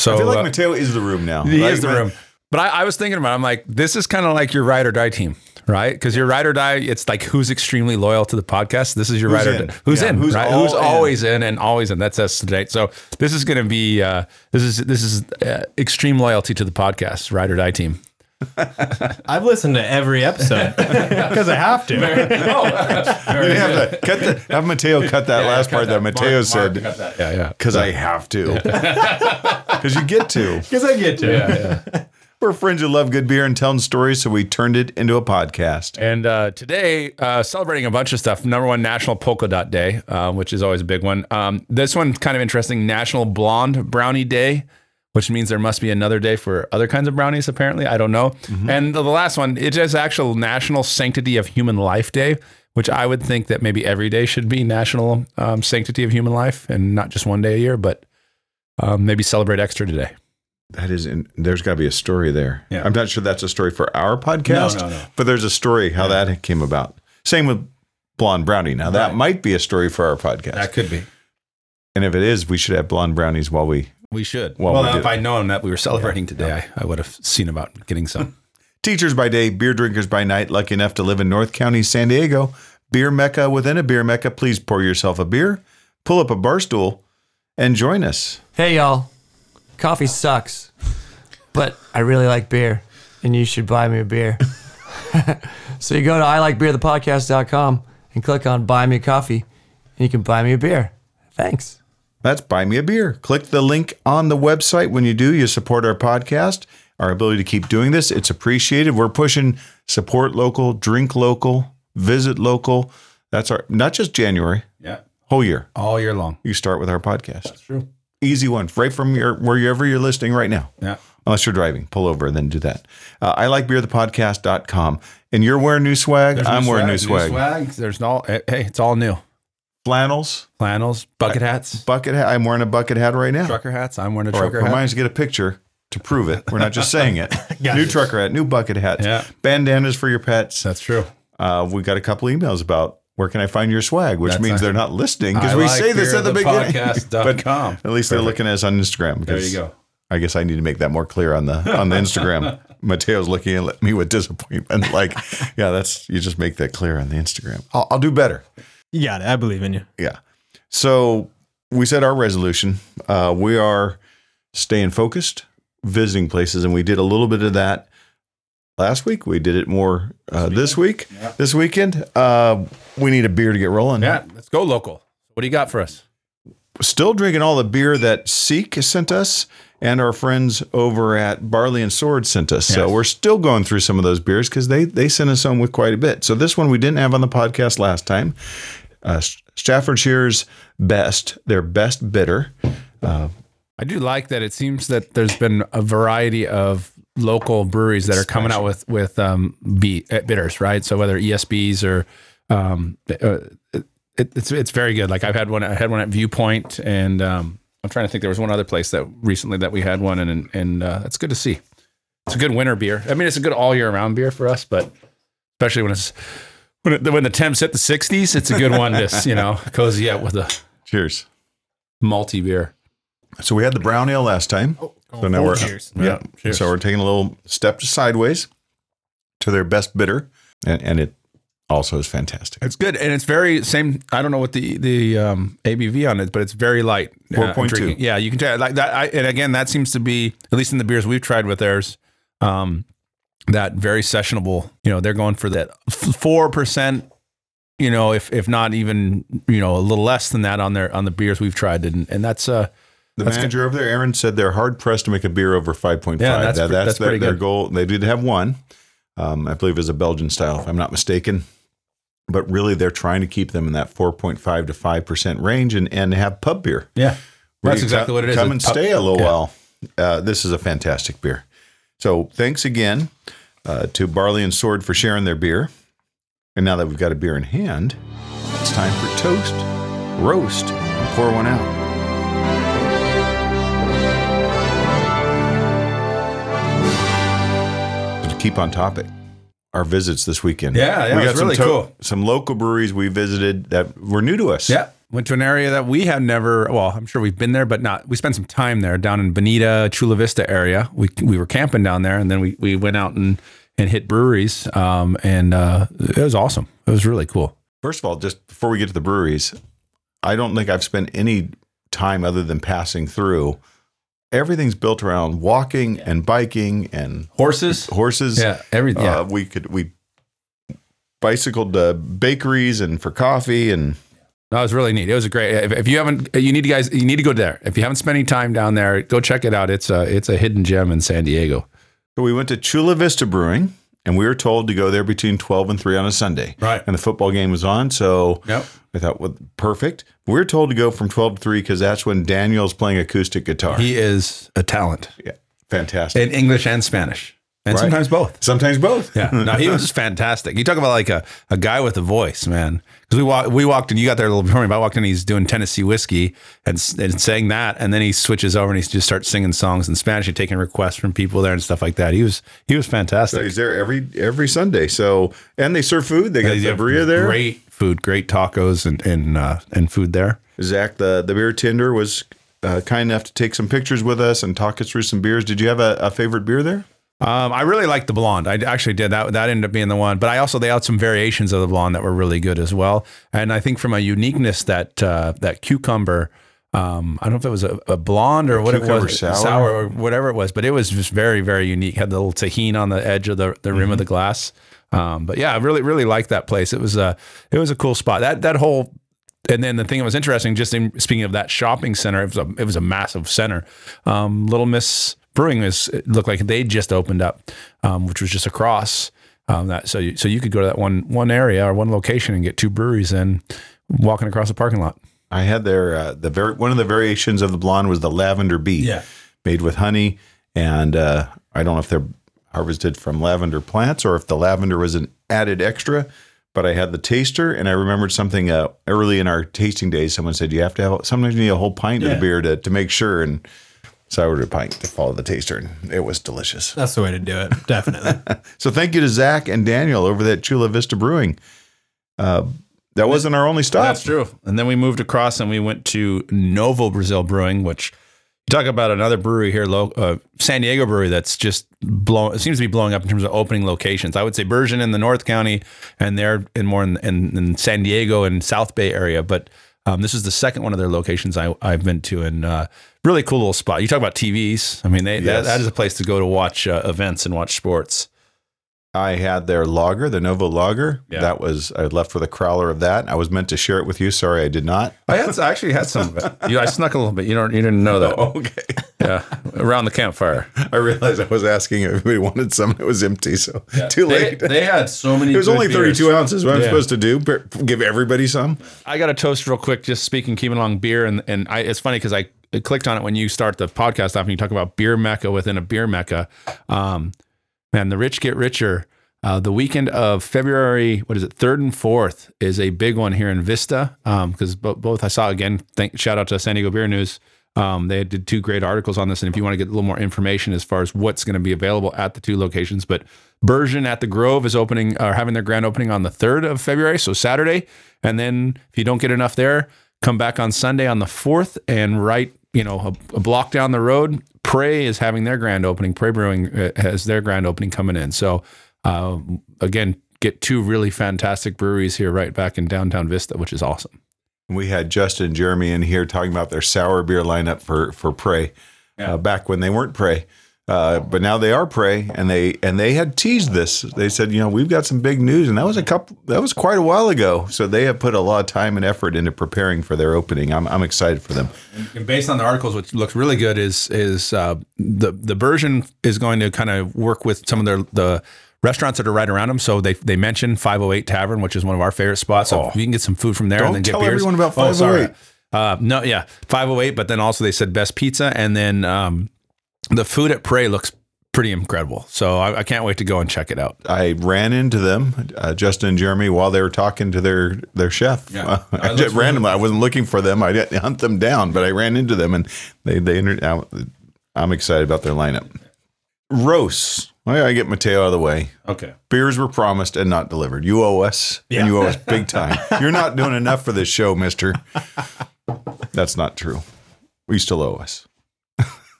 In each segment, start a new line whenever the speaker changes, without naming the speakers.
So
I feel like
uh,
Mateo is the room now.
He
Like,
is the room. But I, I was thinking about it. I'm like, this is kind of like your ride or die team, right? Because your ride or die, it's like who's extremely loyal to the podcast. This is your
Who's
ride or
in?
die. Who's
Yeah,
in?
who's
Who's, right?
all
who's
in.
always in and always in. That's us today. So this is going to be uh, this is this is uh, extreme loyalty to the podcast, ride or die team.
I've listened to every episode because I have to.
You have to cut the, have Mateo cut that last part that Mateo said
Yeah, yeah.
because I have to. Because you get to.
Because I get to.
We're friends who love good beer and telling stories, so we turned it into a podcast.
And uh, today, uh, celebrating a bunch of stuff. Number one, National Polka Dot Day, uh, which is always a big one. Um, this one's kind of interesting National Blonde Brownie Day, which means there must be another day for other kinds of brownies, apparently. I don't know. And the, the last one, it is actual National Sanctity of Human Life Day, which I would think that maybe every day should be National um, Sanctity of Human Life and not just one day a year, but um, maybe celebrate extra today.
That is, in, there's got to be a story there.
Yeah.
I'm not sure that's a story for our podcast,
no.
but there's a story how that came about. Same with Blonde Brownie. Now, that
Right.
might be a story for our podcast.
could be.
and if it is, we should have Blonde Brownies while we
We should.
Well,
Well,
we do.
if I'd known that we were celebrating today, I, I would have seen about getting some.
Teachers by day, beer drinkers by night, lucky enough to live in North County, San Diego, beer mecca within a beer mecca, please pour yourself a beer, pull up a bar stool, and join us.
Hey y'all, coffee sucks, but I really like beer, and you should buy me a beer. so you go to ilikebeerthepodcast.com and click on Buy Me a Coffee, and you can buy me a beer. Thanks.
That's Buy Me a Beer. Click the link on the website. When you do, you support our podcast, our ability to keep doing this. It's appreciated. We're pushing support local, drink local, visit local. That's our, not just January,
yeah.
whole year.
all year long.
You start with our podcast. That's
true.
Easy one, right from your wherever you're listening right now.
Yeah.
Unless you're driving, pull over and then do that. Uh, I like beerthepodcast.com. And you're wearing new swag. I'm wearing new swag.
There's all hey, it's all new.
Flannels,
Flannels, bucket hats,
bucket hat. I'm wearing a bucket hat right now.
trucker hats. I'm wearing a
All right,
trucker hat.
remind us to get a picture to prove it. We're not just saying it. new trucker hat, new bucket hats,
Yeah.
bandanas for your pets.
That's true.
Uh, we got a couple emails about where can I find your swag, which
That's
means
right.
they're not listening because
I
we
like
say this at the beginning. But
beerthepodcast.com.
at least they're looking at us on Instagram.
There
because
you go.
I guess I need to make that more clear on the on the Instagram. Mateo's looking at me with disappointment. Like, yeah, that's you just make that clear on the Instagram. I'll, I'll do better.
You got it. I believe in you.
Yeah. So we set our resolution. Uh, we are staying focused, visiting places, and we did a little bit of that last week. We did it more uh, this week, this weekend. Uh, we need a beer to get rolling.
Yeah, let's go local. What do you got for us?
Still drinking all the beer that Seek sent us and our friends over at Barley and Sword sent us. So
Yes.
we're still going through some of those beers because they they sent us home with quite a bit. So this one we didn't have on the podcast last time. Uh, Staffordshire's best, their best bitter.
I do like that. It seems that there's been a variety of local breweries that are coming out with with um, be, uh, bitters, right? So whether ESBs or um, uh, it, it's it's very good. Like I've had one. I had one at Viewpoint, and um, I'm trying to think. There was one other place that recently that we had one, and and uh, it's good to see. It's a good winter beer. I mean, it's a good all year round beer for us, but especially when it's when it, when the temps hit the 60s, it's a good one to you know cozy up with a
Cheers.
malty beer.
So we had the brown ale last time. so now we're
cheers.
yeah. So we're taking a little step to sideways to their best bitter, and, and it also is fantastic.
It's good, and it's very same. I don't know what the the um, ABV on it, but it's very light. uh,
4.2.
drinking. Yeah, you can tell like that. I, and again, that seems to be at least in the beers we've tried with theirs, um, that very sessionable. You know, they're going for that four percent. You know, if if not even you know a little less than that on their on the beers we've tried, and and that's uh
The
That's
manager over there, Aaron, said they're hard pressed to make a beer over 5.5.
Yeah, that's
That-
pre- that's
their,
pretty
their
good.
goal. They did have one, um, I believe, is a Belgian style, if I'm not mistaken. But really, they're trying to keep them in that 4.5 to 5% range and, and have pub beer.
yeah,
Where
that's
you
exactly
co-
what it is.
Come
It's
and
pub-
stay a little
yeah.
while. Uh, this is a fantastic beer. So thanks again uh, to Barley and Sword for sharing their beer. And now that we've got a beer in hand, it's time for toast, roast, and pour one out. To keep on topic, our visits this weekend.
Yeah, yeah, it was really
some
cool.
Some local breweries we visited that were new to us.
Yeah. Went to an area that we have never, well, I'm sure we've been there, but not, we spent some time there down in Bonita, Chula Vista area. We, we were camping down there and then we, we went out and, and hit breweries. Um, and uh, it was awesome. It was really cool.
First of all, just before we get to the breweries, I don't think I've spent any time other than passing through. Everything's built around walking and biking and
Horses.
horses.
Yeah. Every,
Uh,
yeah.
we could we bicycled to bakeries and for coffee and
That was really neat. It was a great. If, if you haven't, you need to guys, you need to go there. If you haven't spent any time down there, go check it out. It's a it's a hidden gem in San Diego.
so we went to Chula Vista Brewing and we were told to go there between 12 and 3 on a Sunday.
Right.
And the football game was on, so
Yep.
I thought well, perfect. We were told to go from 12 to 3 cuz that's when Daniel's playing acoustic guitar.
He is a talent
yeah. Fantastic.
in English and Spanish, and
Right.
sometimes both.
Sometimes both.
Yeah, no, he was fantastic. You talk about like a, a guy with a voice, man. Because we walked, we walked in. You got there a little bit early, but I walked in. He's doing Tennessee whiskey and, s- and saying that, and then he switches over and he just starts singing songs in Spanish and taking requests from people there and stuff like that. He was he was fantastic.
So he's there every every Sunday. So and they serve food. They got
They
the
have
beer there.
Great food, great tacos and and uh, and food there.
Zach, the the beer tender, was uh, kind enough to take some pictures with us and talk us through some beers. Did you have a, a favorite beer there?
Um, I really liked the blonde. I actually did that. That ended up being the one. But I also they had some variations of the blonde that were really good as well. And I think from a uniqueness that uh, that cucumber. Um, I don't know if it was a, a blonde or what it
Cucumber
was,
sour?
or whatever it was, but it was just very, very unique. Had the little tahine on the edge of the, the rim
Mm-hmm.
of the glass. Um, but yeah, I really, really liked that place. It was a, it was a cool spot. That that whole and then the thing that was interesting, just in, speaking of that shopping center, it was a it was a massive center. Um, Little Miss Brewing is it looked like they just opened up, um, which was just across um, that. So you, so you could go to that one one area or one location and get two breweries in, walking across the parking lot.
I had their uh, the very one of the variations of the blonde was the lavender bee,
Yeah.
made with honey, and uh, I don't know if they're harvested from lavender plants or if the lavender was an added extra. But I had the taster, and I remembered something uh, early in our tasting days. Someone said you have to have sometimes you need a whole pint of
Yeah.
the beer to to make sure, and so I ordered a pint to follow the taster, and it was delicious.
That's the way to do it. Definitely.
So thank you to Zach and Daniel over there at Chula Vista Brewing. Uh, that wasn't our only stop.
That's true. And then we moved across and we went to Novo Brazil Brewing, which talk about another brewery here, lo- uh, San Diego brewery that's just blowing. It seems to be blowing up in terms of opening locations. I would say Bergen in the North County, and they're in more in, in, in San Diego and South Bay area. But um, this is the second one of their locations I, I've been to, and uh, really cool little spot. You talk about TVs. I mean, they,
Yes.
that, that is a place to go to watch uh, events and watch sports.
I had their lager, the Novo lager.
Yeah.
That was I left with a crowler of that. I was meant to share it with you. Sorry, I did not.
I, had, I actually had some of it. You, I snuck a little bit. You don't. You didn't know that.
Okay.
Yeah, around the campfire.
I realized I was asking if everybody wanted some. It was empty, so too late.
they had so many.
it was
good
only
beers.
32 ounces. What I'm supposed to do? Per- Give everybody some.
I got a toast real quick. Just speaking, keeping along beer, and and I, it's funny because I clicked on it when you start the podcast off, and you talk about beer mecca within a beer mecca. Um, man, the rich get richer. Uh, the weekend of February, what is it, third and fourth, is a big one here in Vista because bo- both I saw again. Thank, shout out to San Diego Beer News. Um, they did two great articles on this, and if you want to get a little more information as far as what's going to be available at the two locations, but Bergen at the Grove is opening or having their grand opening on the third of February, so Saturday, and then if you don't get enough there, come back on Sunday on the fourth, and right you know, a, a block down the road, Prey is having their grand opening. Prey Brewing uh, has their grand opening coming in. So, uh, again, get two really fantastic breweries here right back in downtown Vista, which is awesome.
We had Justin and Jeremy in here talking about their sour beer lineup for for Prey, uh, back when they weren't Prey, uh, but now they are Prey, and they and they had teased this. They said, you know, we've got some big news, and that was a couple, that was quite a while ago. So they have put a lot of time and effort into preparing for their opening. I'm I'm excited for them.
And based on the articles, which looks really good, is is uh, the the version is going to kind of work with some of their the restaurants that are right around them. So they they mentioned 508 Tavern, which is one of our favorite spots. So you can get some food from there
Don't
and then get
tell
beers.
everyone about
Oh, sorry.
508.
Uh, no, yeah, 508. But then also they said best pizza, and then um, the food at Prey looks pretty incredible. So I, I can't wait to go and check it out.
I ran into them, uh, Justin and Jeremy, while they were talking to their their chef.
Yeah.
Uh,
I
I
looked
just
for
randomly, I wasn't looking for them. I didn't hunt them down, but I ran into them, and they they. Inter- I, I'm excited about their lineup. Roasts. Well, I get Mateo out of the way.
Okay.
Beers were promised and not delivered. You owe us, and you owe us big time. You're not doing enough for this show, Mister. That's not true. We still owe us.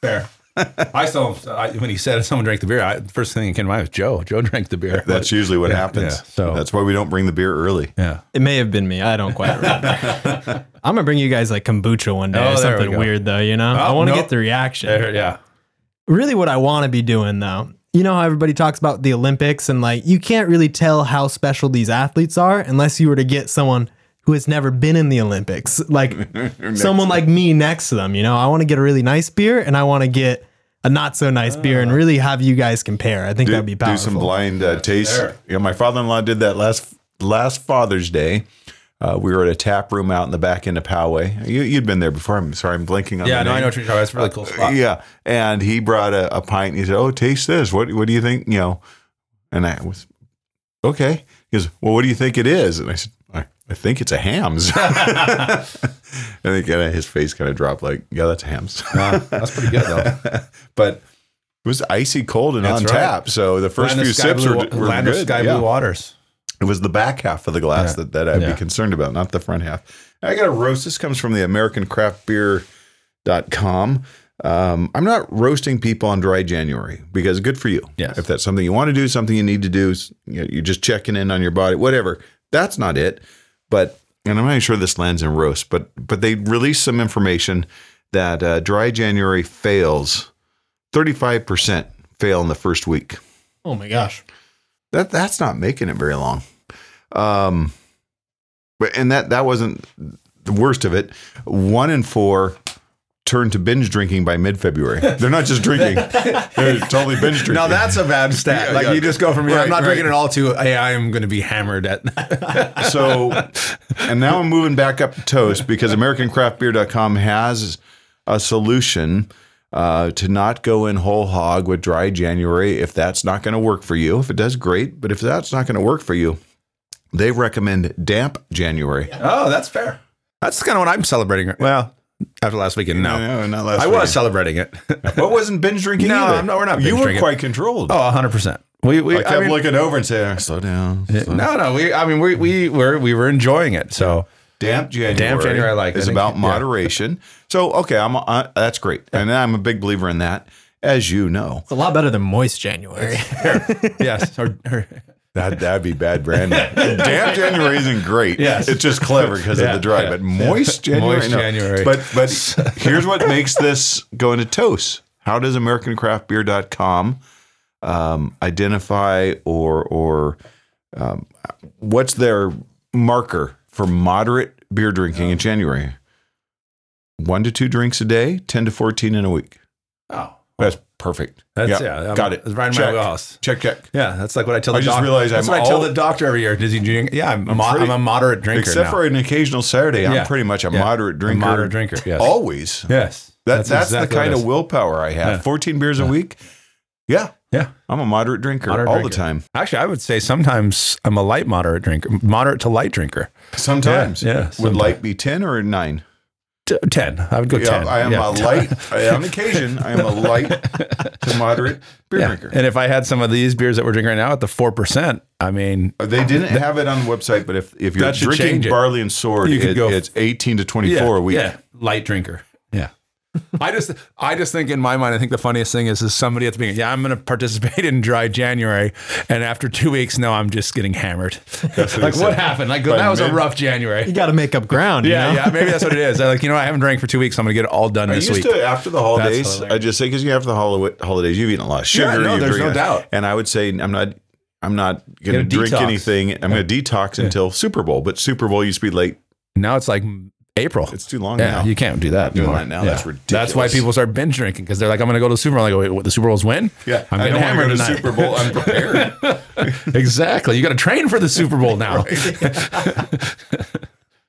Fair. I saw him, I, when he said someone drank the beer. I, the first thing that came to mind was Joe. Joe drank the beer.
That's usually what
Yeah,
happens.
yeah, so-
that's why we don't bring the beer early.
yeah.
It may have been me. I don't quite remember. I'm gonna bring you guys like kombucha one day
Oh, there
or
we
something
go.
weird though. You know, I
Oh,
want to
nope.
get the reaction.
There- yeah.
Really, what I want to be doing though. You know how everybody talks about the Olympics and like you can't really tell how special these athletes are unless you were to get someone who has never been in the Olympics, like someone like me next to them. You know, I want to get a really nice beer and I want to get a not so nice beer and really have you guys compare. I think
do,
that'd be powerful.
do some blind uh, taste.
fair.
Yeah, my father-in-law did that last last Father's Day. Uh, we were at a tap room out in the back end of Poway. You, you'd been there before. I'm sorry, I'm blinking on. the
Yeah. No, I Uh,
name.
know what you're talking about. It's a really cool spot.
Yeah, and he brought a, a pint. And he said, "Oh, taste this. What What do you think? You know?" And I was okay. He goes, "Well, what do you think it is?" And I said, "I, I think it's a hams." I think and his face kind of dropped, like, "Yeah, that's a hams."
Uh, that's pretty good though.
but it was icy cold and
That's
on
right.
tap. So the first
Land of
few
Sky
sips
Blue
were,
Wa-
were
Land
good.
of Sky
yeah.
Blue Waters.
It was the back half of the glass
Yeah.
that, that I'd
Yeah.
be concerned about, not the front half. I got a roast. This comes from the American Craft Beer com. Um, I'm not roasting people on dry January because good for you.
Yes.
If that's something you want to do, something you need to do, s- you know, you're just checking in on your body, whatever. That's not it. But and I'm not even sure this lands in roast, but but they released some information that uh, dry January fails. 35% fail in the first week.
oh my gosh.
That that's not making it very long. Um, but and that that wasn't the worst of it. One in four turn to binge drinking by mid February. They're not just drinking; they're totally binge drinking.
Now that's a bad stat.
Yeah,
like
yeah.
you just go from here.
Right,
I'm not
right.
drinking at all. To hey, I am going to be hammered at.
so. And now I'm moving back up to toast because AmericanCraftBeer.com has a solution. Uh, to not go in whole hog with dry January if that's not going to work for you. If it does, great. But if that's not going to work for you, they recommend damp January.
oh, that's fair. That's kind of what I'm celebrating. Well, after last weekend, no,
No, no, not last
I was
weekend.
celebrating it.
What wasn't binge drinking?
No,
either.
I'm not- we're not
You
binge
were
drinking.
quite controlled.
oh, 100. percent We we
I kept
I mean,
looking over and saying, "Slow down." slow down."
no no we I mean we we were we were enjoying it. So
Damp January.
Damp January I like. I
is
think-
about
yeah.
moderation. So okay, I'm uh, that's great, and I'm a big believer in that, as you know.
It's a lot better than moist January.
yes, or, or-
That that'd be bad branding. Damp January isn't great.
Yes.
it's just clever because
Yeah,
of the dry,
yeah,
but moist January.
Moist January.
But but here's what makes this go into toast. How does AmericanCraftBeer.com um, identify or or um, what's their marker for moderate beer drinking in January? One to two drinks a day, ten to fourteen in a week.
oh,
That's perfect.
that's yeah, I'm-
got it.
It's right in my
Check.
wheelhouse.
Check check.
Yeah, that's like what I tell.
I
the
just
doc-
realized
that's
I'm
what I tell
all-
the doctor every year. Does he drink? Yeah, I'm, a mo-
pretty-
I'm a moderate drinker.
Except
now.
for an occasional Saturday,
Yeah.
I'm pretty much a
Yeah.
moderate drinker.
moderate drinker, yes.
Always.
yes,
That, that's
exactly
the
what
kind
it
of
is.
willpower I have.
Yeah.
14 beers a week. Yeah.
Yeah.
I'm a moderate drinker
Moderate
all
drinker.
the time.
Actually, I would say sometimes I'm a light moderate drinker, moderate to light drinker.
Sometimes.
yeah,
Would
sometimes.
light be 10 or 9?
T- Ten, I would go
Yeah,
ten.
I am a
Yeah.
light, I- on occasion, I am a light to moderate beer
Yeah.
drinker.
And if I had some of these beers that we're drinking right now at the four percent, I mean,
Uh, they didn't have it on the website, but if, if you're
That should change
drinking
it.
barley and sword,
You could
it-
go-
it's 18 to 24 a week.
yeah, light drinker. Yeah. I just, I just think in my mind, I think the funniest thing is, is somebody at the beginning. Yeah, I'm going to participate in dry January, and after two weeks, no, I'm just getting hammered.
what
like
they
what
said.
happened? Like
By
that was a
mid-
rough January.
you got to make up ground. you
Yeah,
know?
yeah, maybe that's what it is. I'm like, you know, I haven't drank for two weeks. I'm going to get it all done
I
this
used
week.
to after the holidays.
hilarious.
I just say because you after the holi- holidays, you've eaten a lot of sugar.
Yeah, no,
you've
there's
drinking-
no doubt.
And I would say I'm not. I'm not going to
Gonna
drink
detox.
anything. I'm going to detox until Super Bowl. But Super Bowl used to be late.
Now it's like April.
It's too long
yeah,
now.
you can't do that.
Doing
anymore.
that now,
Yeah.
that's
That's why
ridiculous.
people start binge drinking because they're like, I'm going to go to the Super Bowl. I go, wait, what, the Super Bowl's win?
Yeah,
I'm
I
getting
don't wanna go
hammered
to
tonight.
Super Bowl unprepared.
exactly. You got to train for the Super Bowl now.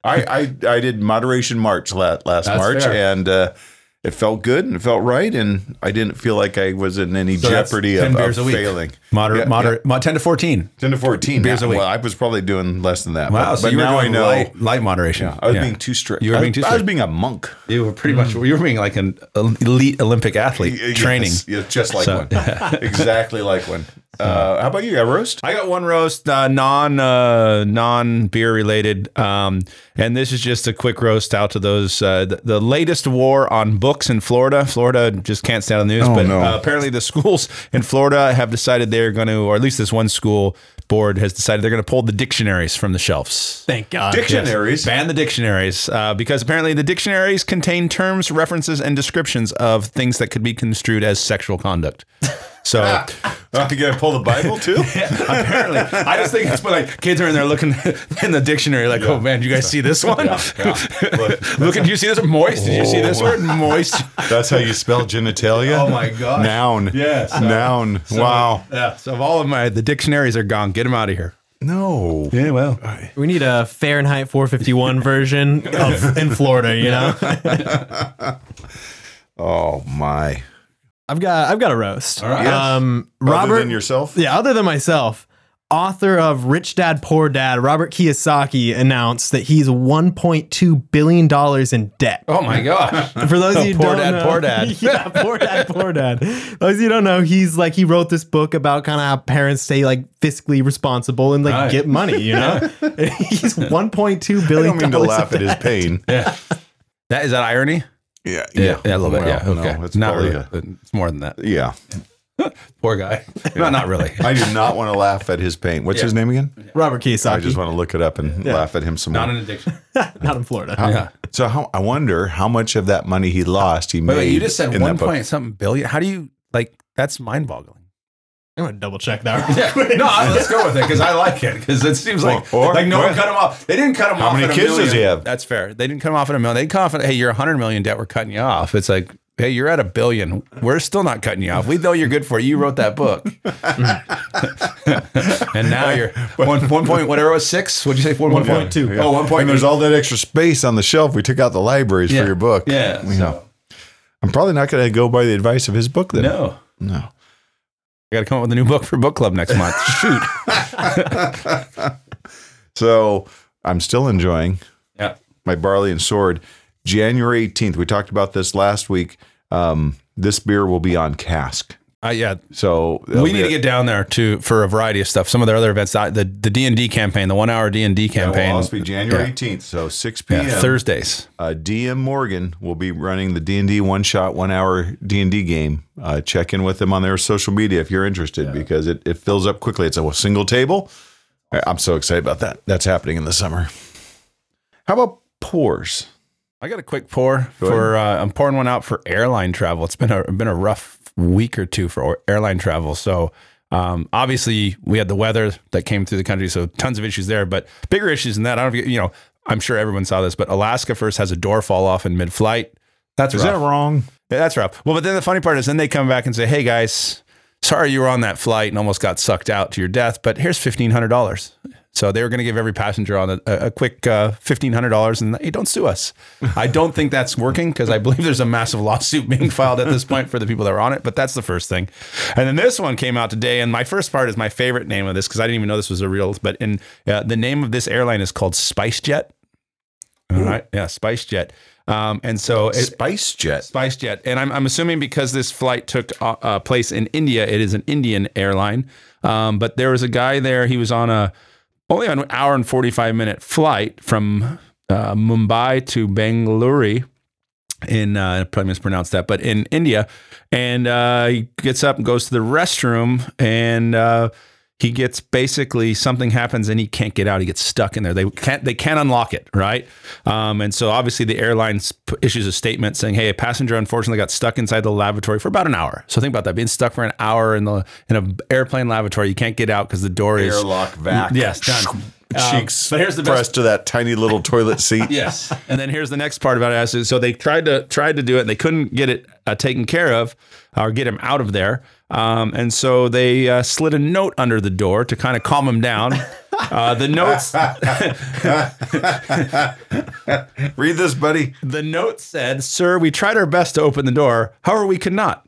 I, I I did moderation March la- last
That's
March,
fair.
and uh, it felt good and it felt right, and I didn't feel like I was in any
So that's
jeopardy
10
of, of
beers a week.
failing.
Moderate,
Yeah,
moderate, mo- ten to fourteen.
yeah. ten to fourteen
beers a
Yeah,
week.
Well, I was probably doing less than that.
Wow,
but,
so
but
you were
now I
doing
know
light, light moderation.
I was
Yeah. Mm.
being too strict.
You were
I,
being too
I was
strict.
being a monk.
You were pretty much you were being like an elite Olympic athlete
Y- yes,
training.
yes, just like
So-
one, exactly like one. Uh, how about you? A roast?
I got one roast, uh, non uh, non beer related, um, and this is just a quick roast out to those uh, the, the latest war on books in Florida. Florida just can't stand on the news,
Oh,
but
no.
uh, apparently the schools in Florida have decided they're going to, or at least this one school board has decided they're going to pull the dictionaries from the shelves.
Thank God.
Dictionaries.
Ban the dictionaries uh, because apparently the dictionaries contain terms, references, and descriptions of things that could be construed as sexual conduct. So.
Uh, you gotta pull the Bible too.
apparently. I just think it's but like kids are in there looking in the dictionary, like, oh man, you guys see this one? Look, did you see this moist? Did you see this word moist?
That's how you spell genitalia.
Oh my gosh.
Noun.
Yeah, so-
Noun. wow.
Yeah. So of all of my the dictionaries are gone. Get them out of here.
No.
Yeah. Well.
We need a Fahrenheit 451 version of, in Florida, you know?
Oh my.
I've got I've got a roast. All right. Um Robert
Other than yourself.
Yeah, other than myself, author of Rich Dad Poor Dad, Robert Kiyosaki announced that he's 1.2 billion dollars in debt.
Oh my gosh.
For those of you who
poor
don't
dad,
know,
poor dad.
yeah, poor dad, poor dad. Those of you who don't know, he's like he wrote this book about kind of how parents stay like fiscally responsible and like
Right.
get money, you know. And he's 1.2
I
billion.
don't mean to
dollars of
laugh at his pain. Yeah.
That is that irony?
Yeah.
a little bit. yeah.
Well, no,
Okay.
it's
not
probably
really.
a-
but It's more than that.
yeah.
Poor guy. No, not really.
I do not want to laugh at his pain. What's his name again?
Robert
I
Kiyosaki,
just want to look it up and laugh at him some more.
Not an addiction.
not in Florida.
so how, I wonder how much of that money he lost he
Wait,
made.
wait, you just said
in
one
that book.
point something billion. How do you like? That's mind boggling.
I'm gonna double check that. Real quick.
No, I- let's go with it because I like it because it seems like
Or- or-
like no
or-
one cut him off. They didn't cut him
How
off.
many
at a
kids does
million.
he have?
That's fair. They didn't cut him off at a million. They cut him off at hey, you're 100 million debt. We're cutting you off. It's like hey, you're at a billion. We're still not cutting you off. We know you're good for it. You wrote that book, and now you're one one point whatever it was six. What'd you say? One, one point two.
Yeah.
Oh, one point.
And there's all that extra space on the shelf we took out the libraries for your book.
Yeah.
You know,
So,
I'm probably not going to go by the advice of his book then.
no.
No.
I got to come up with a new book for book club next month. Shoot.
So I'm still enjoying
Yeah.
my barley and sword. January 18th, we talked about this last week. Um, this beer will be on cask.
Uh, yeah.
So
we need to get down there to for a variety of stuff. Some of their other events, uh, the the D and D campaign, the one hour D and D campaign,
will be January
Yeah.
18th, so 6
yeah,
p.m.
Thursdays.
uh, DM Morgan will be running the D&D one shot, one hour D&D game. Uh, check in with them on their social media if you're interested because it, it fills up quickly. It's a single table. I- I'm so excited about that. That's happening in the summer. How about pours?
I got a quick pour for uh, I'm pouring one out for airline travel. It's been a been a rough week or two for or- airline travel. So um, obviously we had the weather that came through the country, so tons of issues there. But bigger issues than that. I don't know if you, you know. I'm sure everyone saw this, but Alaska first has a door fall off in mid flight. That's
Is
rough.
that wrong?
Yeah, that's rough. Well, but then the funny part is then they come back and say, hey guys, sorry you were on that flight and almost got sucked out to your death, but here's $1,500. So they were going to give every passenger on a, a quick uh, $1,500 and hey, don't sue us. I don't think that's working because I believe there's a massive lawsuit being filed at this point for the people that were on it, but that's the first thing. And then this one came out today. And my first part is my favorite name of this because I didn't even know this was a real, but in uh, the name of this airline is called SpiceJet. All right. Yeah, SpiceJet. Um, and so it,
Spice Jet.
SpiceJet, and I'm, I'm assuming because this flight took uh, uh, place in India, it is an Indian airline. Um, but there was a guy there. He was on a only an hour and 45 minute flight from uh, Mumbai to Bangalore. In uh, I probably mispronounced that, but in India, and uh, he gets up and goes to the restroom, and uh, he gets basically something happens and he can't get out. He gets stuck in there. They can't they can't unlock it, right? Um, and so obviously the airline p- issues a statement saying, "Hey, a passenger unfortunately got stuck inside the lavatory for about an hour." So think about that: being stuck for an hour in the in an airplane lavatory, you can't get out because the door is
Airlock vac.
Yes, done.
Cheeks
Um, but here's the best-
pressed to that tiny little toilet seat.
Yes. And then here's the next part about it. So they tried to tried to do it. And they couldn't get it uh, taken care of or get him out uh, of there. Um, and so they uh, slid a note under the door to kind of calm him down. Uh, the notes
Read this, buddy.
The note said, Sir, we tried our best to open the door. However, we could not.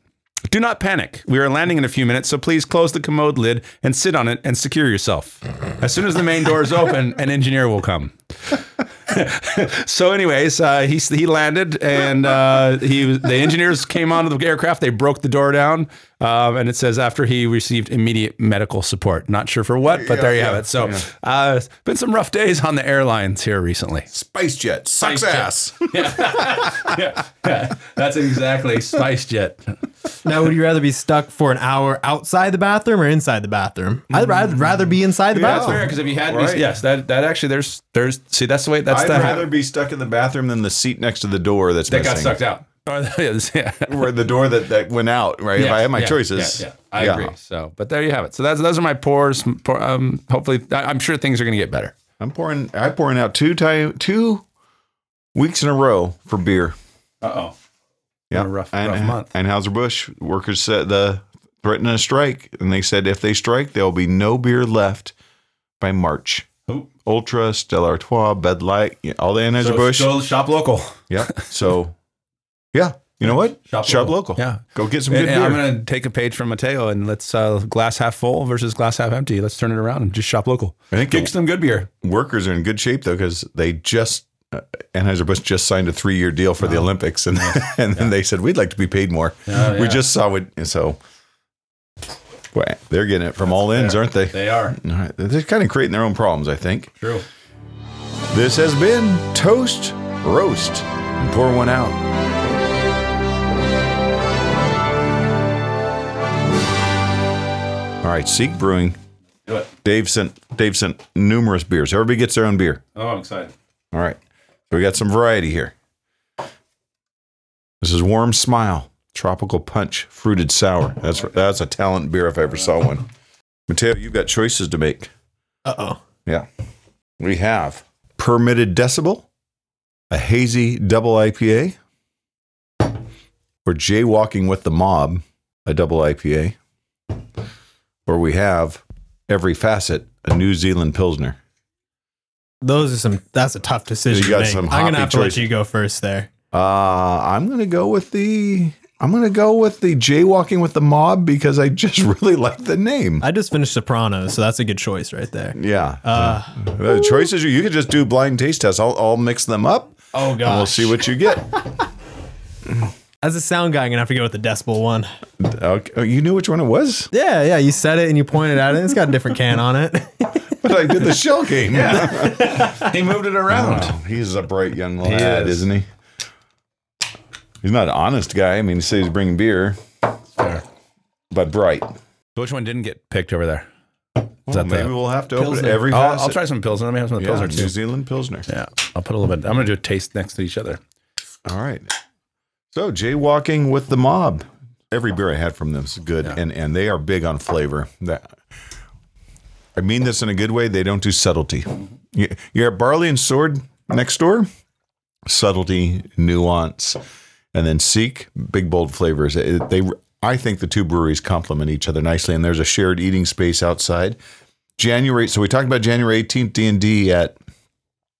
Do not panic. We are landing in a few minutes, so please close the commode lid and sit on it and secure yourself. As soon as the main door is open, an engineer will come. so, anyways, uh, he he landed, and uh, he was- the engineers came onto the aircraft. They broke the door down, um, and it says after he received immediate medical support. Not sure for what, but there you have it. So, uh, been some rough days on the airlines here recently.
Space jet sucks
Space jet.
ass.
yeah, that's exactly Spice Jet.
Now, would you rather be stuck for an hour outside the bathroom or inside the bathroom? I'd, ra- rather be inside
Mm-hmm.
the
That's fair
bathroom.
because if you had
Right.
yes, that that actually there's there's see that's the way that's
I'd
the
rather be stuck in the bathroom than the seat next to the door that's
that got
missing.
sucked out. Or Oh, that is- yeah.
Or the door that, that went out, right? if I had my
Yeah,
choices.
yeah, yeah. I agree. So, but there you have it. So that's those are my pores. Pour, um, hopefully, I, I'm sure things are going to get better.
I'm pouring I'm pouring out two time two weeks in a row for beer.
Uh oh.
Yeah,
a rough-
and,
rough month.
And Hauser Busch workers said the threatening a strike, and they said if they strike, there'll be no beer left by March.
Oh.
Ultra, Stella Artois, Bud Light, yeah, all the Anheuser Busch.
shop local.
yeah. So, yeah. You know what?
Shop
local.
local. Yeah.
Go get some good beer.
I'm going to take a page from Mateo and let's uh, glass half full versus glass half empty. Let's turn it around and just shop local.
I think
Get
the
some good beer.
workers are in good shape though because they just uh, Anheuser Busch just signed a three year deal for the Olympics, and and then they said we'd like to be paid more.
Oh,
We just saw what and so. Well, they're getting it from all ends, aren't they?
are
All right. They're kind of creating their own problems, I think.
true.
This has been Toast, Roast, and Pour One Out. All right, Seek Brewing.
Do it.
Dave sent, Dave sent numerous beers. Everybody gets their own beer.
Oh, I'm excited.
All right. So we got some variety here. This is Warm Smile, Tropical Punch, Fruited Sour. That's that's a talent beer if I ever saw one. Mateo, you've got choices to make.
Uh oh.
Yeah. We have Permitted Decibel, a hazy double IPA, or Jaywalking with the Mob, a double IPA, or we have Every Facet, a New Zealand Pilsner.
Those are some, that's a tough decision.
You
to
got
make.
some
I'm
hoppy
going to have to let
choices.
you go first there.
Uh, I'm gonna go with the I'm gonna go with the jaywalking with the mob because I just really like the name.
I just finished Sopranos, so that's a good choice right there.
Yeah,
Uh,
the choices you you could just do blind taste tests. I'll I'll mix them up.
oh,
And
God.
we'll see what you get.
As a sound guy, I'm going to have to go with the decibel one.
okay. oh, You knew which one it was,
Yeah, yeah. You said it and you pointed at it. It's got a different can on it.
but I did the shell game.
He moved it around.
Oh, he's a bright young lad,
is.
is. not he? He's not an honest guy. I mean, he says he's bringing beer,
Fair.
but bright.
Which one didn't get picked over there? Is
Well,
that the- Oh,
maybe we'll have to open
Pilsner.
every
I'll,
facet.
I'll try some pills. Let me have some of the
yeah,
pills
New
too.
Zealand Pilsner.
Yeah, I'll put a little bit. I'm gonna do a taste next to each other.
All right. So jaywalking with the mob. Every beer I had from them is good, and and they are big on flavor. That I mean this in a good way. They don't do subtlety. You- You're at Barley and Sword next door. Subtlety, nuance, and then seek big bold flavors. It- they, I think the two breweries complement each other nicely, and there's a shared eating space outside. January. So we talked about January 18th D and D at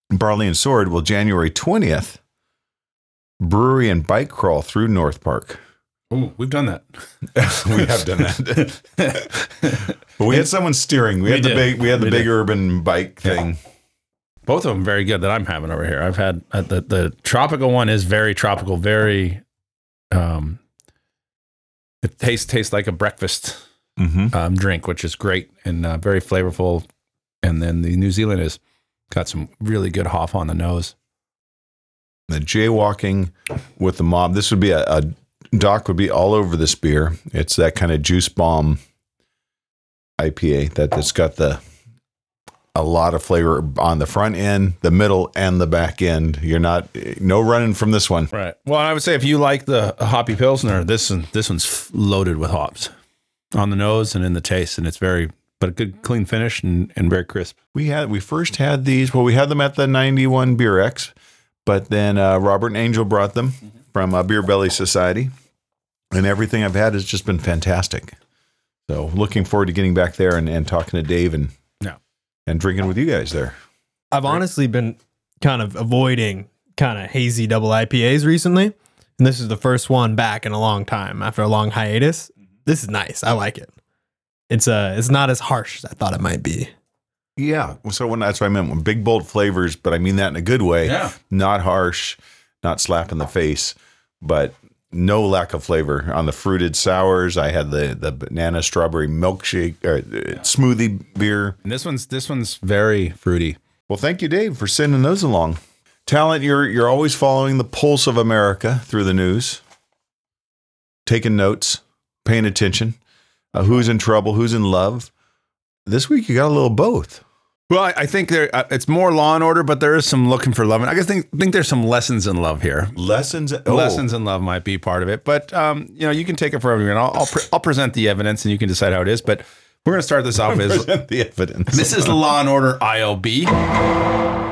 Barley and Sword. Well, January 20th brewery and bike crawl through North Park.
Ooh, we've done that.
we have done that. but we had someone steering. We, had the
did.
big we had the
We
big
did.
urban bike thing.
Both of them very good that I'm having over here. I've had uh, the the tropical one is very tropical, very um. It tastes tastes like a breakfast
Mm-hmm.
um, drink, which is great and uh, very flavorful. And then the New Zealand has got some really good hop on the nose.
The jaywalking with the mob. This would be a, a doc would be all over this beer. It's that kind of juice bomb IPA that that's got the a lot of flavor on the front end, the middle, and the back end. You're not no running from this one.
Right. Well, I would say if you like the hoppy pilsner, this one this one's f- loaded with hops on the nose and in the taste, and it's very but a good clean finish and, and very crisp.
We had we first had these. Well, we had them at the '91 Beer X, but then uh, Robert and Angel brought them from uh, Beer Belly Society, and everything I've had has just been fantastic. So, looking forward to getting back there and, and talking to Dave and
Yeah.
and drinking with you guys there.
I've honestly been kind of avoiding kind of hazy double IPAs recently. And this is the first one back in a long time after a long hiatus. This is nice. I like it. It's uh it's not as harsh as I thought it might be.
Yeah. So when that's what I meant when big bold flavors, but I mean that in a good way.
Yeah.
Not harsh, not slap in the face, but no lack of flavor on the fruited sours. I had the the banana strawberry milkshake or uh, smoothie beer.
And this one's this one's very fruity.
Well, thank you, Dave, for sending those along. Talent, you're you're always following the pulse of America through the news, taking notes, paying attention. Uh, who's in trouble? Who's in love? This week you got a little both.
Well, I, I think there uh, it's more Law and Order, but there is some looking for love. And I guess think think there's some lessons in love here.
Lessons.
Lessons in love might be part of it, but um, you know you can take it for everyone. I'll I'll, pre- I'll present the evidence, and you can decide how it is. But we're going to start this off as
the evidence.
This is the Law and Order ILB.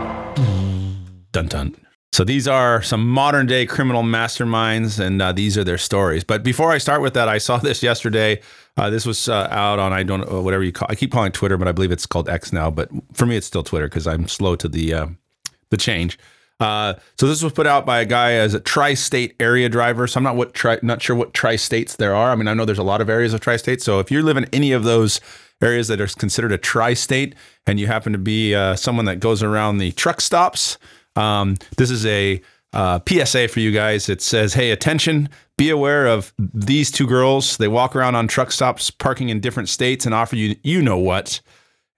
Dun dun. So these are some modern day criminal masterminds, and uh, these are their stories. But before I start with that, I saw this yesterday. Uh, this was uh, out on I don't know whatever you call. I keep calling it Twitter, but I believe it's called X now. But for me, it's still Twitter because I'm slow to the uh, the change. Uh, so this was put out by a guy as a tri-state area driver. So I'm not what tri- not sure what tri-states there are. I mean, I know there's a lot of areas of tri-state. So if you live in any of those areas that are considered a tri-state, and you happen to be uh, someone that goes around the truck stops, um, this is a uh, PSA for you guys. It says, "Hey, attention! Be aware of these two girls. They walk around on truck stops, parking in different states, and offer you you know what."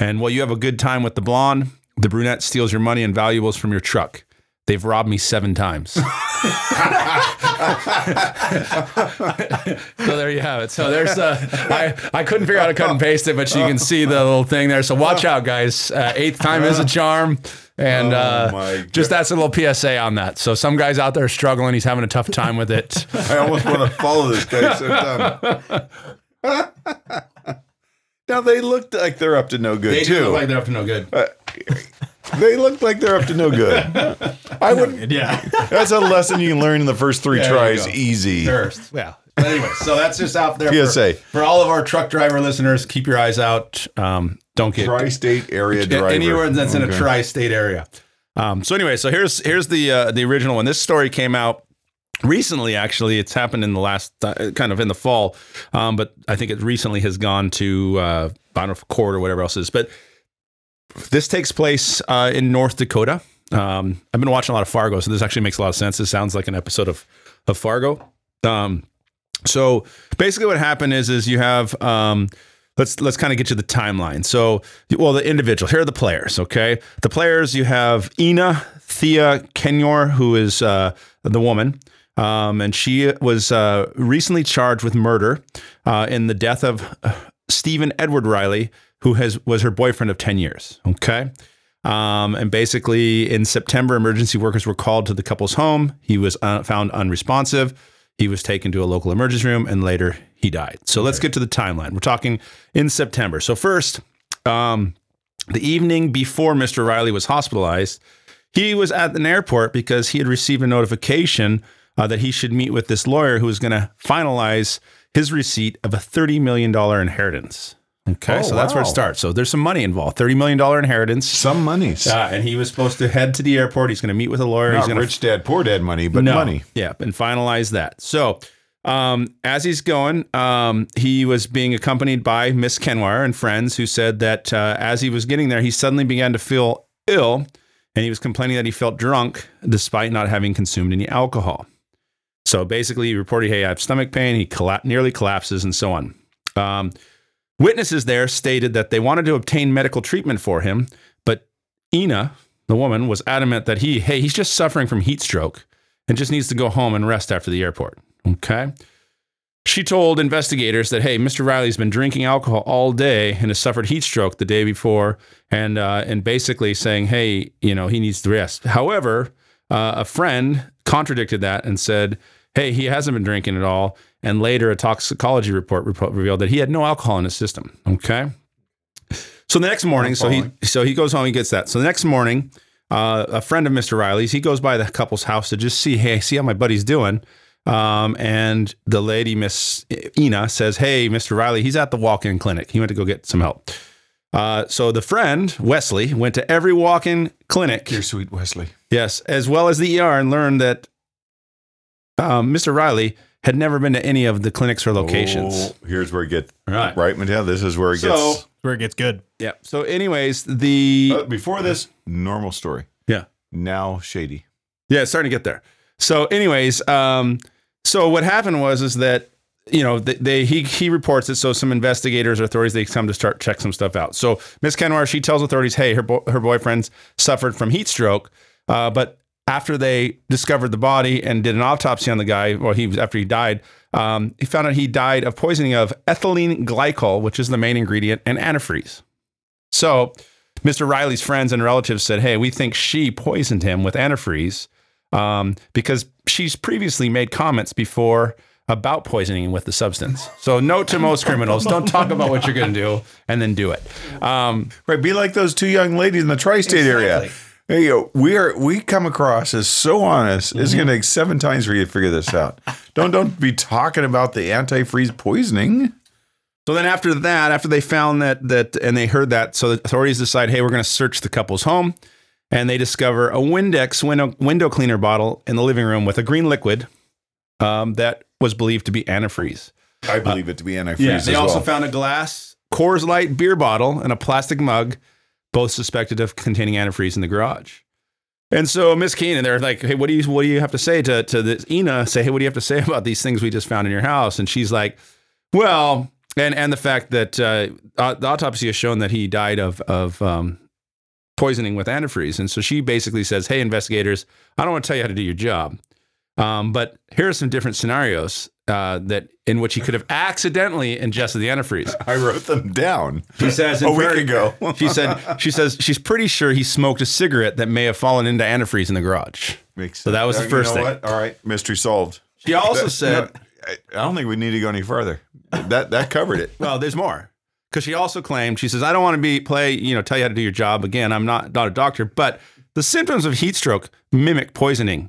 And while you have a good time with the blonde, the brunette steals your money and valuables from your truck. They've robbed me seven times. so there you have it. So there's a, I, I couldn't figure out I couldn't paste it, but you can see the little thing there. So watch out, guys. Uh, eighth time is a charm. And
my
uh, just that's a little PSA on that. So some guys out there are struggling. He's having a tough time with it.
I almost want to follow this guy sometime. now they look like they're up to no good too.
they're up to no good.
they look like they're up to no good. I would.
Yeah.
That's a lesson you can learn in the first three
There you
tries.
go.
Easy.
first. Yeah. But anyway, so that's just out there. for-
PSA.
For, all of our truck driver listeners, keep your eyes out. Um, don't get
Tri-state area driver.
anywhere that's in a
Okay.
tri-state area. Um, so anyway, so here's here's the uh, the original one. This story came out recently. Actually, it's happened in the last uh, kind of in the fall, um, but I think it recently has gone to uh, I don't know if court or whatever else it is. But this takes place uh, in North Dakota. Um, I've been watching a lot of Fargo, so this actually makes a lot of sense. This sounds like an episode of of Fargo. Um, so basically, what happened is is you have um, let's let's kind of get you the timeline. So well, the individual here are the players. Okay, the players you have Ina Thea Kenyor, who is uh, the woman. Um, and she was uh, recently charged with murder uh, in the death of uh, Stephen Edward Riley, who has was her boyfriend of ten years. Okay, um, and basically, in September, emergency workers were called to the couple's home. He was uh, found unresponsive. He was taken to a local emergency room, and later he died. So let's get to the timeline. We're talking in September. So first, um, the evening before Mr. Riley was hospitalized, he was at an airport because he had received a notification uh, that he should meet with this lawyer who was going to finalize his receipt of a $30 million inheritance. Okay, so that's where it
wow.
starts. So there's some money involved $30 million inheritance.
Some monies.
Yeah, Uh, and he was supposed to head to the airport. He's going to meet with a lawyer. he's
Not
going
rich dad, poor dad money, but money.
Yeah, and finalize that. So, um, as he's going, um, he was being accompanied by Miss Kenwar and friends who said that uh, as he was getting there, he suddenly began to feel ill and he was complaining that he felt drunk despite not having consumed any alcohol. So basically, he reported, "Hey, I have stomach pain." He colla- nearly collapses, and so on. Um, witnesses there stated that they wanted to obtain medical treatment for him, but Ina, the woman, was adamant that he, hey, he's just suffering from heat stroke and just needs to go home and rest after the airport. Okay. She told investigators that, hey, Mr. Riley's been drinking alcohol all day and has suffered heat stroke the day before, and uh, and basically saying, hey, you know, he needs to rest. However, uh, a friend contradicted that and said, hey, he hasn't been drinking at all. And later, a toxicology report repo- revealed that he had no alcohol in his system. Okay. So the next morning, so he so he goes home, he gets that. So the next morning, uh, a friend of Mr. Riley's, he goes by the couple's house to just see, hey, see how my buddy's doing. Um, and the lady, Miss Ina, says, "Hey, Mr. Riley, he's at the walk-in clinic. He went to go get some help." Uh, so the friend, Wesley, went to every walk in clinic.
Dear sweet Wesley.
Yes, as well as the ER, and learned that um, Mr. Riley had never been to any of the clinics or locations.
Oh, here's where it gets
Right.
right, Mattel. This is where it gets.
So-
where it gets good.
Yeah. So, anyways, the
Uh, before this, normal story.
Yeah.
Now shady.
yeah, it's starting to get there. So, anyways, um, so what happened was is that you know they, they he he reports it. So some investigators or authorities they come to start check some stuff out. So Miss Kenwar she tells authorities, hey, her bo- her boyfriend's suffered from heat stroke, uh, but after they discovered the body and did an autopsy on the guy, well, he was after he died. Um, he found out he died of poisoning of ethylene glycol, which is the main ingredient, and antifreeze. So, Mr. Riley's friends and relatives said, "Hey, we think she poisoned him with antifreeze um, because she's previously made comments before about poisoning with the substance. So, note to most criminals: don't talk about what you're going to do and then do it. Um,
Right. Be like those two young ladies in the tri-state area. Hey, yo, we are we come across as so honest. It's going to take seven times for you to figure this out. don't don't be talking about the antifreeze poisoning.
So then after that, after they found that that and they heard that, so the authorities decide, hey, we're going to search the couple's home, and they discover a Windex window window cleaner bottle in the living room with a green liquid um, that was believed to be antifreeze.
I believe it to be antifreeze. as
They also
well.
found a glass Coors Light beer bottle and a plastic mug, both suspected of containing antifreeze in the garage. And so Miss Keenan, they're like, "Hey, what do you what do you have to say to to this Ina? Say, hey, what do you have to say about these things we just found in your house?" And she's like, "Well, and and the fact that uh, au- the autopsy has shown that he died of of um, poisoning with antifreeze." And so she basically says, "Hey, investigators, I don't want to tell you how to do your job, um, but here are some different scenarios uh, that in which he could have accidentally ingested the antifreeze."
I wrote them down.
She says in
A week
very-
ago.
she said she says she's pretty sure he smoked a cigarette that may have fallen into antifreeze in the garage.
Makes
So that was the
You
first
know
thing.
All right, mystery solved.
She also said,
No, I I don't think we need to go any further. That that covered it.
"Well, there's more." Because she also claimed she says, "I don't want to be play, you know, tell you how to do your job again. I'm not not a doctor, but the symptoms of heat stroke mimic poisoning."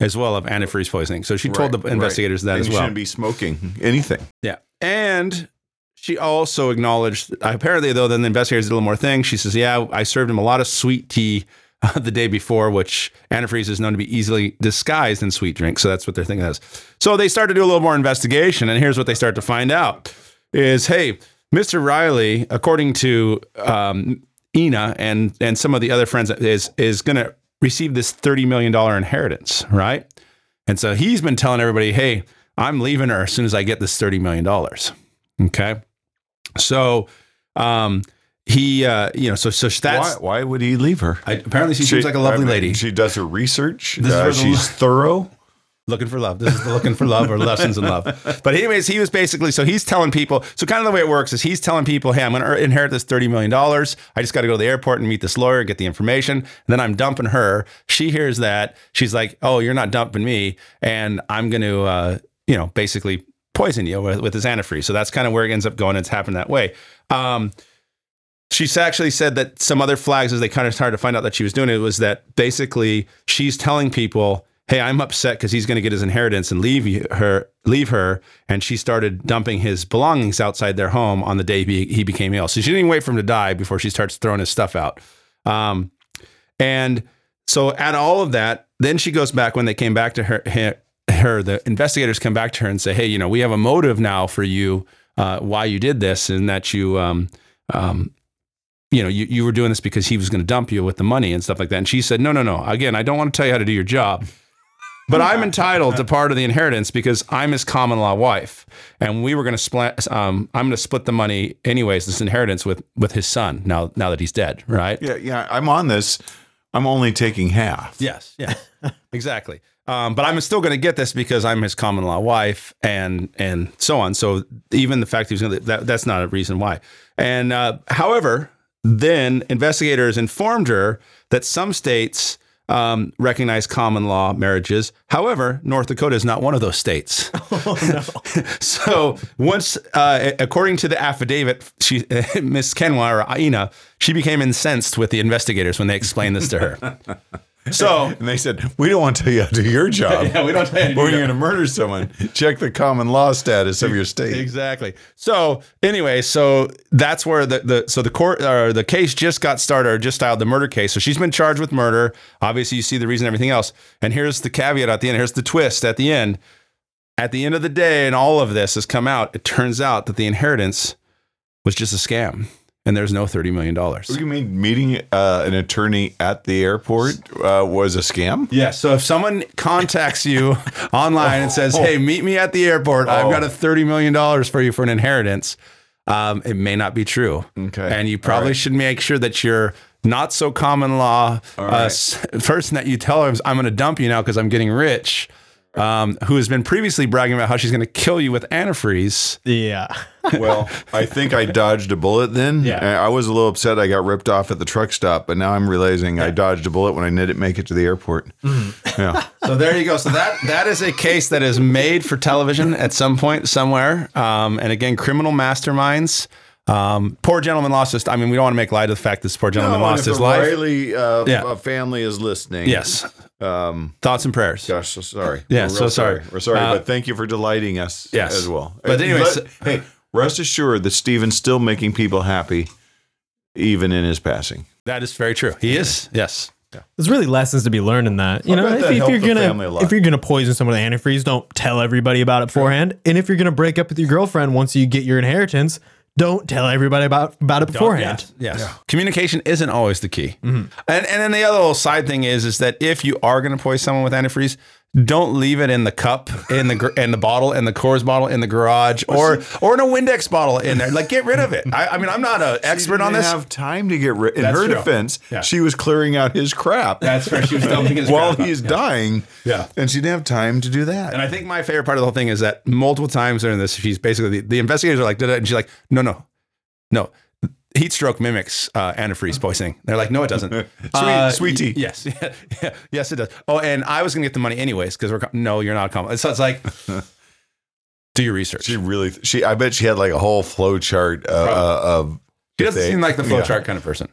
As well of antifreeze poisoning, so she
Right,
told the
right.
investigators that
And
as
you
well.
Shouldn't be smoking anything.
Yeah. And she also acknowledged, apparently, though, then the investigators did a little more thing. She says, Yeah, I served him a lot of sweet tea uh, the day before, which antifreeze is known to be easily disguised in sweet drinks. So that's what they're thinking of. So they start to do a little more investigation. And here's what they start to find out is, Hey, Mr. Riley, according to um, Ina and, and some of the other friends, is, is going to receive this $30 million inheritance, right? And so he's been telling everybody, hey, I'm leaving her as soon as I get this $30 million. Okay. So um, he, uh, you know, so, so
Why,
that's
why would he leave her?
I, apparently she, seems like a lovely
I mean,
lady
She does her research.
This is
Uh,
where the-
she's thorough.
looking for love. This is the looking for love or lessons in love. But, anyways, he was basically, so he's telling people, so kind of the way it works is he's telling people, hey, I'm going to inherit this $30 million. I just got to go to the airport and meet this lawyer, get the information. And then I'm dumping her. She hears that. She's like, oh, you're not dumping me. And I'm going to, uh, you know, basically poison you with, with this antifreeze. So that's kind of where it ends up going. It's happened that way. Um, she's actually said that some other flags as they kind of started to find out that she was doing it was that basically she's telling people hey i'm upset because he's going to get his inheritance and leave you- her leave her and she started dumping his belongings outside their home on the day he, he became ill so she didn't even wait for him to die before she starts throwing his stuff out um, and so at all of that, then she goes back when they came back to her, her, her, the investigators come back to her and say, Hey, you know, we have a motive now for you, uh, why you did this and that you, um, um, you know, you, you were doing this because he was going to dump you with the money and stuff like that. And she said, no, no, no. Again, I don't want to tell you how to do your job, but I'm entitled to part of the inheritance because I'm his common law wife. And we were going to split, um, I'm going to split the money anyways, this inheritance with, with his son now, now that he's dead. Right.
Yeah, yeah. I'm on this. I'm only taking half.
Yes. Yeah. exactly. Um, but I'm still going to get this because I'm his common law wife and and so on. So even the fact he was going to that that's not a reason why. And uh, however, then investigators informed her that some states um, recognize common law marriages. However, North Dakota is not one of those states. So once, uh, according to the affidavit, she Miss Kenwa or Aina, she became incensed with the investigators when they explained this to her. So
And they said, We don't want to tell you how to do your job.
yeah, we don't tell you how to do
When
your
you're going to murder someone, check the common law status of your state.
Exactly. So anyway, so that's where the, the so the court or the case just got started or just filed the murder case. So she's been charged with murder. Obviously, you see the reason and everything else. And here's the caveat at the end. Here's the twist at the end. At the end of the day, and all of this has come out. It turns out that the inheritance was just a scam, and there's no thirty million dollars.
You mean meeting uh, an attorney at the airport uh, was a scam?
Yeah. So if someone contacts you online and says, "Hey, meet me at the airport. I've got a thirty million dollars for you for an inheritance," um, it may not be true.
Okay.
And you probably should make sure that you're not so common law uh, s- person that you tell them, "I'm going to dump you now because I'm getting rich." Um, who has been previously bragging about how she's going to kill you with antifreeze?
Yeah.
Well, I think I dodged a bullet then.
Yeah.
I I was a little upset I got ripped off at the truck stop, but now I'm realizing I dodged a bullet when I didn't make it to the airport. Yeah.
So there you go. So that that is a case that is made for television at some point somewhere. Um, and again, criminal masterminds. Um, poor gentleman lost his. I mean, we don't want to make light of the fact this poor gentleman
No, Oh, and
lost
if
his
the
life.
Riley uh,
Yeah.
uh, family is listening.
yes.
Um,
Thoughts and prayers.
gosh, so sorry.
Yeah,
We're
so
real
sorry.
We're sorry,
Uh,
but thank you for delighting us
Yes.
as well.
But
And
anyways-
let- hey, rest assured that Steven's still making people happy, even in his passing.
That is very true. He is. Yes.
There's really lessons to be learned in that. You
I
know,
bet
if,
that
if
helped
you're
the family a
gonna
lot.
if you're gonna poison someone with antifreeze, don't tell everybody about it beforehand. And if you're gonna break up with your girlfriend once you get your inheritance, don't tell everybody about about it beforehand.
Yes. Communication isn't always the key. And and then the other little side thing is is that if you are going to poison someone with antifreeze, don't leave it in the cup, in the gr- in the bottle, in the Coors bottle, in the garage, or or in a Windex bottle in there. Like get rid of it. I, I mean, I'm not an expert on
Didn't
this.
Have time to get rid. In
That's
her
true.
defense,
Yeah.
she was clearing out his crap.
That's fair. She was dumping his
while
crap out.
he's dying.
Yeah.
and she didn't have time to do that.
And I think my favorite part of the whole thing is that multiple times during this, she's basically the, the investigators are like, "Da-da," and she's like, no, no, no. Heat stroke mimics uh, antifreeze poisoning. They're like, no, it doesn't. Sweet,
sweet tea.
Yes, yeah, yeah, yes, it does. Oh, and I was gonna get the money anyways because we're com- no, you're not a com-" So it's like, do your research.
she
She,
really, she. I bet she had like a whole flow chart uh, uh, of.
doesn't
they-
seem like the flowchart
yeah.
kind of person.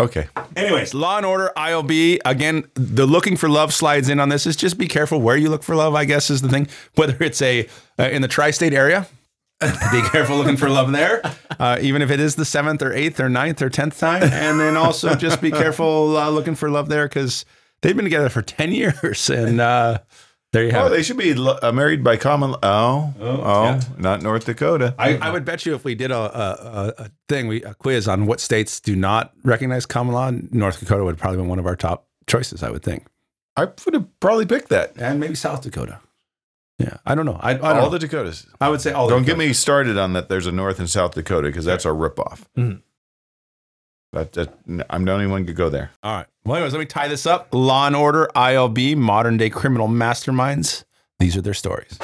Okay,
Anyways, Law and Order, ILB. Again, the looking for love slides in on this. Is just be careful where you look for love. I guess is the thing. Whether it's a uh, in the tri-state area, be careful looking for love there. Uh, even if it is the seventh or eighth or ninth or tenth time, and then also just be careful uh, looking for love there because they've been together for ten years, and uh, there you
Oh,
have it.
they should be lo- uh, married by common. Oh, oh,
yeah.
not North Dakota.
I, I would bet you if we did a, a, a- a thing, we a quiz on what states do not recognize common law, North Dakota would probably been one of our top choices, I would think.
I would have probably picked that.
and maybe South Dakota. Yeah, I don't know. I, I don't
All
know.
the Dakotas.
I would say all.
Don't
the
get me started on that. There's a North and South Dakota because that's a ripoff.
Mhm.
That, that n- I'm the only one to go there.
All right. Well, anyways, let me tie this up. Law and Order, ILB, modern day criminal masterminds. These are their stories.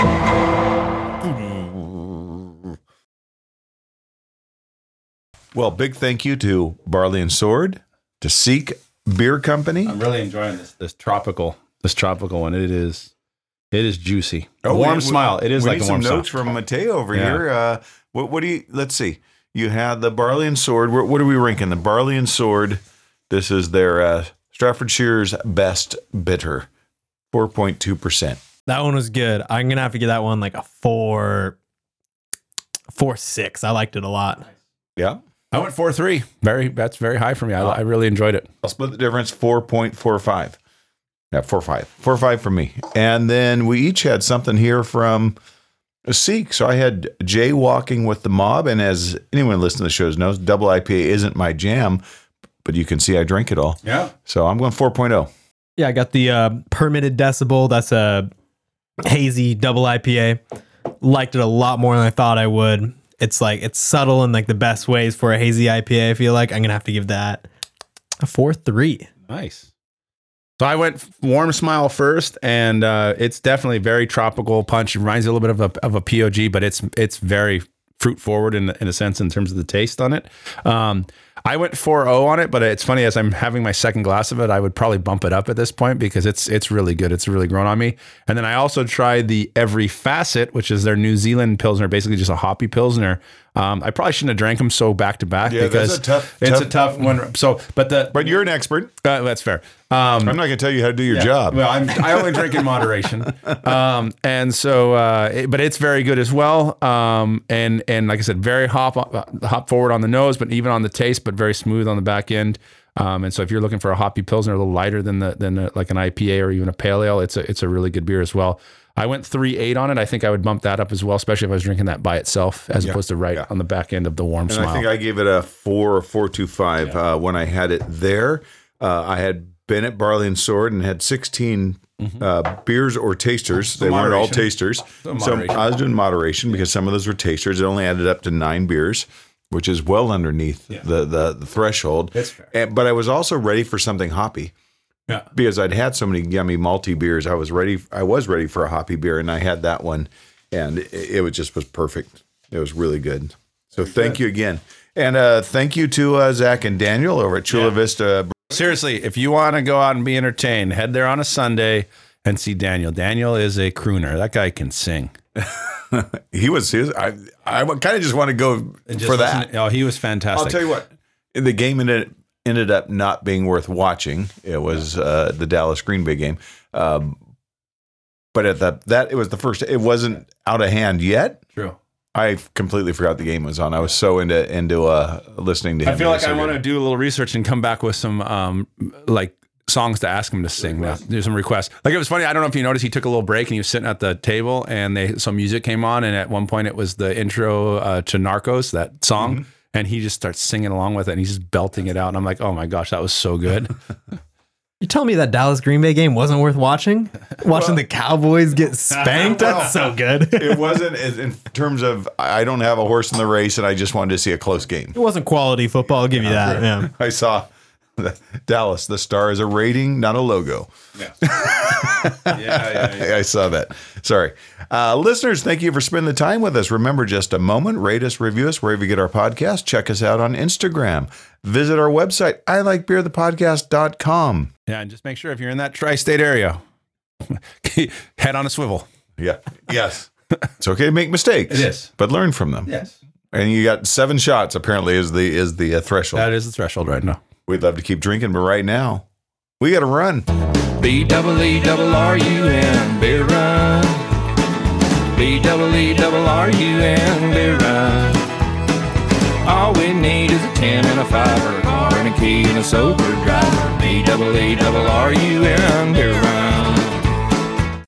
Well, big thank you to Barley and Sword, to Seek Beer Company.
I'm really enjoying this this tropical this tropical one. It is it is juicy. warm
Oh, we- we-
smile. It is
we
like
need
a warm
some
smile.
notes from Mateo over
Yeah.
here. Uh, what, what do you? Let's see. You had the barley and sword. What, what are we ranking? The barley and sword. This is their uh, Staffordshire's best bitter, four point two percent.
That one was good. I'm gonna have to give that one like a four four six. I liked it a lot.
Yeah,
I went four three. Very that's very high for me. I,
Oh.
I really enjoyed it.
I'll split the difference four point four five. Yeah, four five, four five for me. And then we each had something here from Seek. So I had jaywalking with the mob, and as anyone listening to the shows knows, double IPA isn't my jam. But you can see I drink it all.
Yeah.
So I'm going oh. 4.0.
Yeah, I got the uh, permitted decibel. That's a hazy double IPA. Liked it a lot more than I thought I would. It's like it's subtle in like the best ways for a hazy IPA. I feel like I'm gonna have to give that a four three.
Nice. So I went warm smile first, and uh, it's definitely very tropical punch. It reminds you a little bit of a, of a POG, but it's it's very fruit forward in, in a sense in terms of the taste on it. Um, I went 4.0 on it, but it's funny as I'm having my second glass of it, I would probably bump it up at this point because it's it's really good. It's really grown on me. And then I also tried the Every Facet, which is their New Zealand pilsner, basically just a hoppy pilsner. Um, I probably shouldn't have drank them so back to back
Yeah, that's
because
a tough-
it's a
tough-
tough one. So, but the
But you're an expert.
uh, that's fair. Um,
I'm not going to tell you how to do your job.
well, I'm, I only drink in moderation, um, and so, uh, it- but it's very good as well. Um, and and like I said, very hop hop forward on the nose, but even on the taste, but very smooth on the back end. Um, and so, if you're looking for a hoppy pilsner, a little lighter than the than a, like an IPA or even a pale ale, it's a it's a really good beer as well. I went three eight on it. I think I would bump that up as well, especially if I was drinking that by itself, as opposed to right on the back end of the warm
And
smile.
I think I gave it a four or four two five uh, when I had it there. Uh, I had Bennett Barley and Sword and had 16 uh, beers or tasters. they weren't all
Mm-hmm. moderation.
tasters. So,
moderation.
I was doing moderation because some of those were tasters. It only added up to nine beers, which is well underneath the, the the threshold. That's fair. And, but I was also ready for something hoppy.
Yeah.
Because I'd had so many yummy malty beers, I was ready. I was ready for a hoppy beer, and I had that one, and it, it was just was perfect. It was really good. So thank you again, and uh, thank you to uh, Zach and Daniel over at Chula Vista.
Seriously, if you want to go out and be entertained, head there on a Sunday and see Daniel. Daniel is a crooner. That guy can sing.
He was. He was I I kind of just want to go
Just
for that.
listen- oh, he was fantastic.
I'll tell you what. The game ended, ended up not being worth watching. It was uh, the Dallas Green Bay game. Um, but at the, that, it was the first, it wasn't out of hand yet.
True.
I completely forgot the game was on. I was so into into uh, listening to him.
I feel
It
like
was
I
so
want to
good.
do a little research and come back with some um, like songs to ask him to sing. now. There's some requests. Like it was funny. I don't know if you noticed. He took a little break and he was sitting at the table, and they some music came on, and at one point it was the intro uh, to Narcos, that song. And he just starts singing along with it, and he's just belting it out. And I'm like, "Oh my gosh, that was so good!"
You telling me that Dallas Green Bay game wasn't worth watching? Watching the Cowboys get spanked? That's so good. it
It wasn't as- in terms of I don't have a horse in the race, and I just wanted to see a close game.
wasn't quality football, I'll give you that. Yeah.
I saw the, Dallas. The star is a rating, not a logo. I saw that. Sorry. Uh, listeners, thank you for spending the time with us. Remember, just a moment, rate us, review us wherever you get our podcast. Check us out on Instagram. Visit our website, I like beer, the podcast.com.
Yeah, and just make sure if you're in that tri-state area, head on a swivel.
Yeah. Yes. it's okay to make mistakes.
It is.
But learn from them.
Yes,
And you got seven shots, apparently, is the is the uh, threshold.
that is the threshold right now.
We'd love to keep drinking, but right now, we got to run.
B double E double R U N beer run. B double E double R U N beer run. All we need is a ten and a five or a car and a key and a sober driver. B double E double R U N beer run.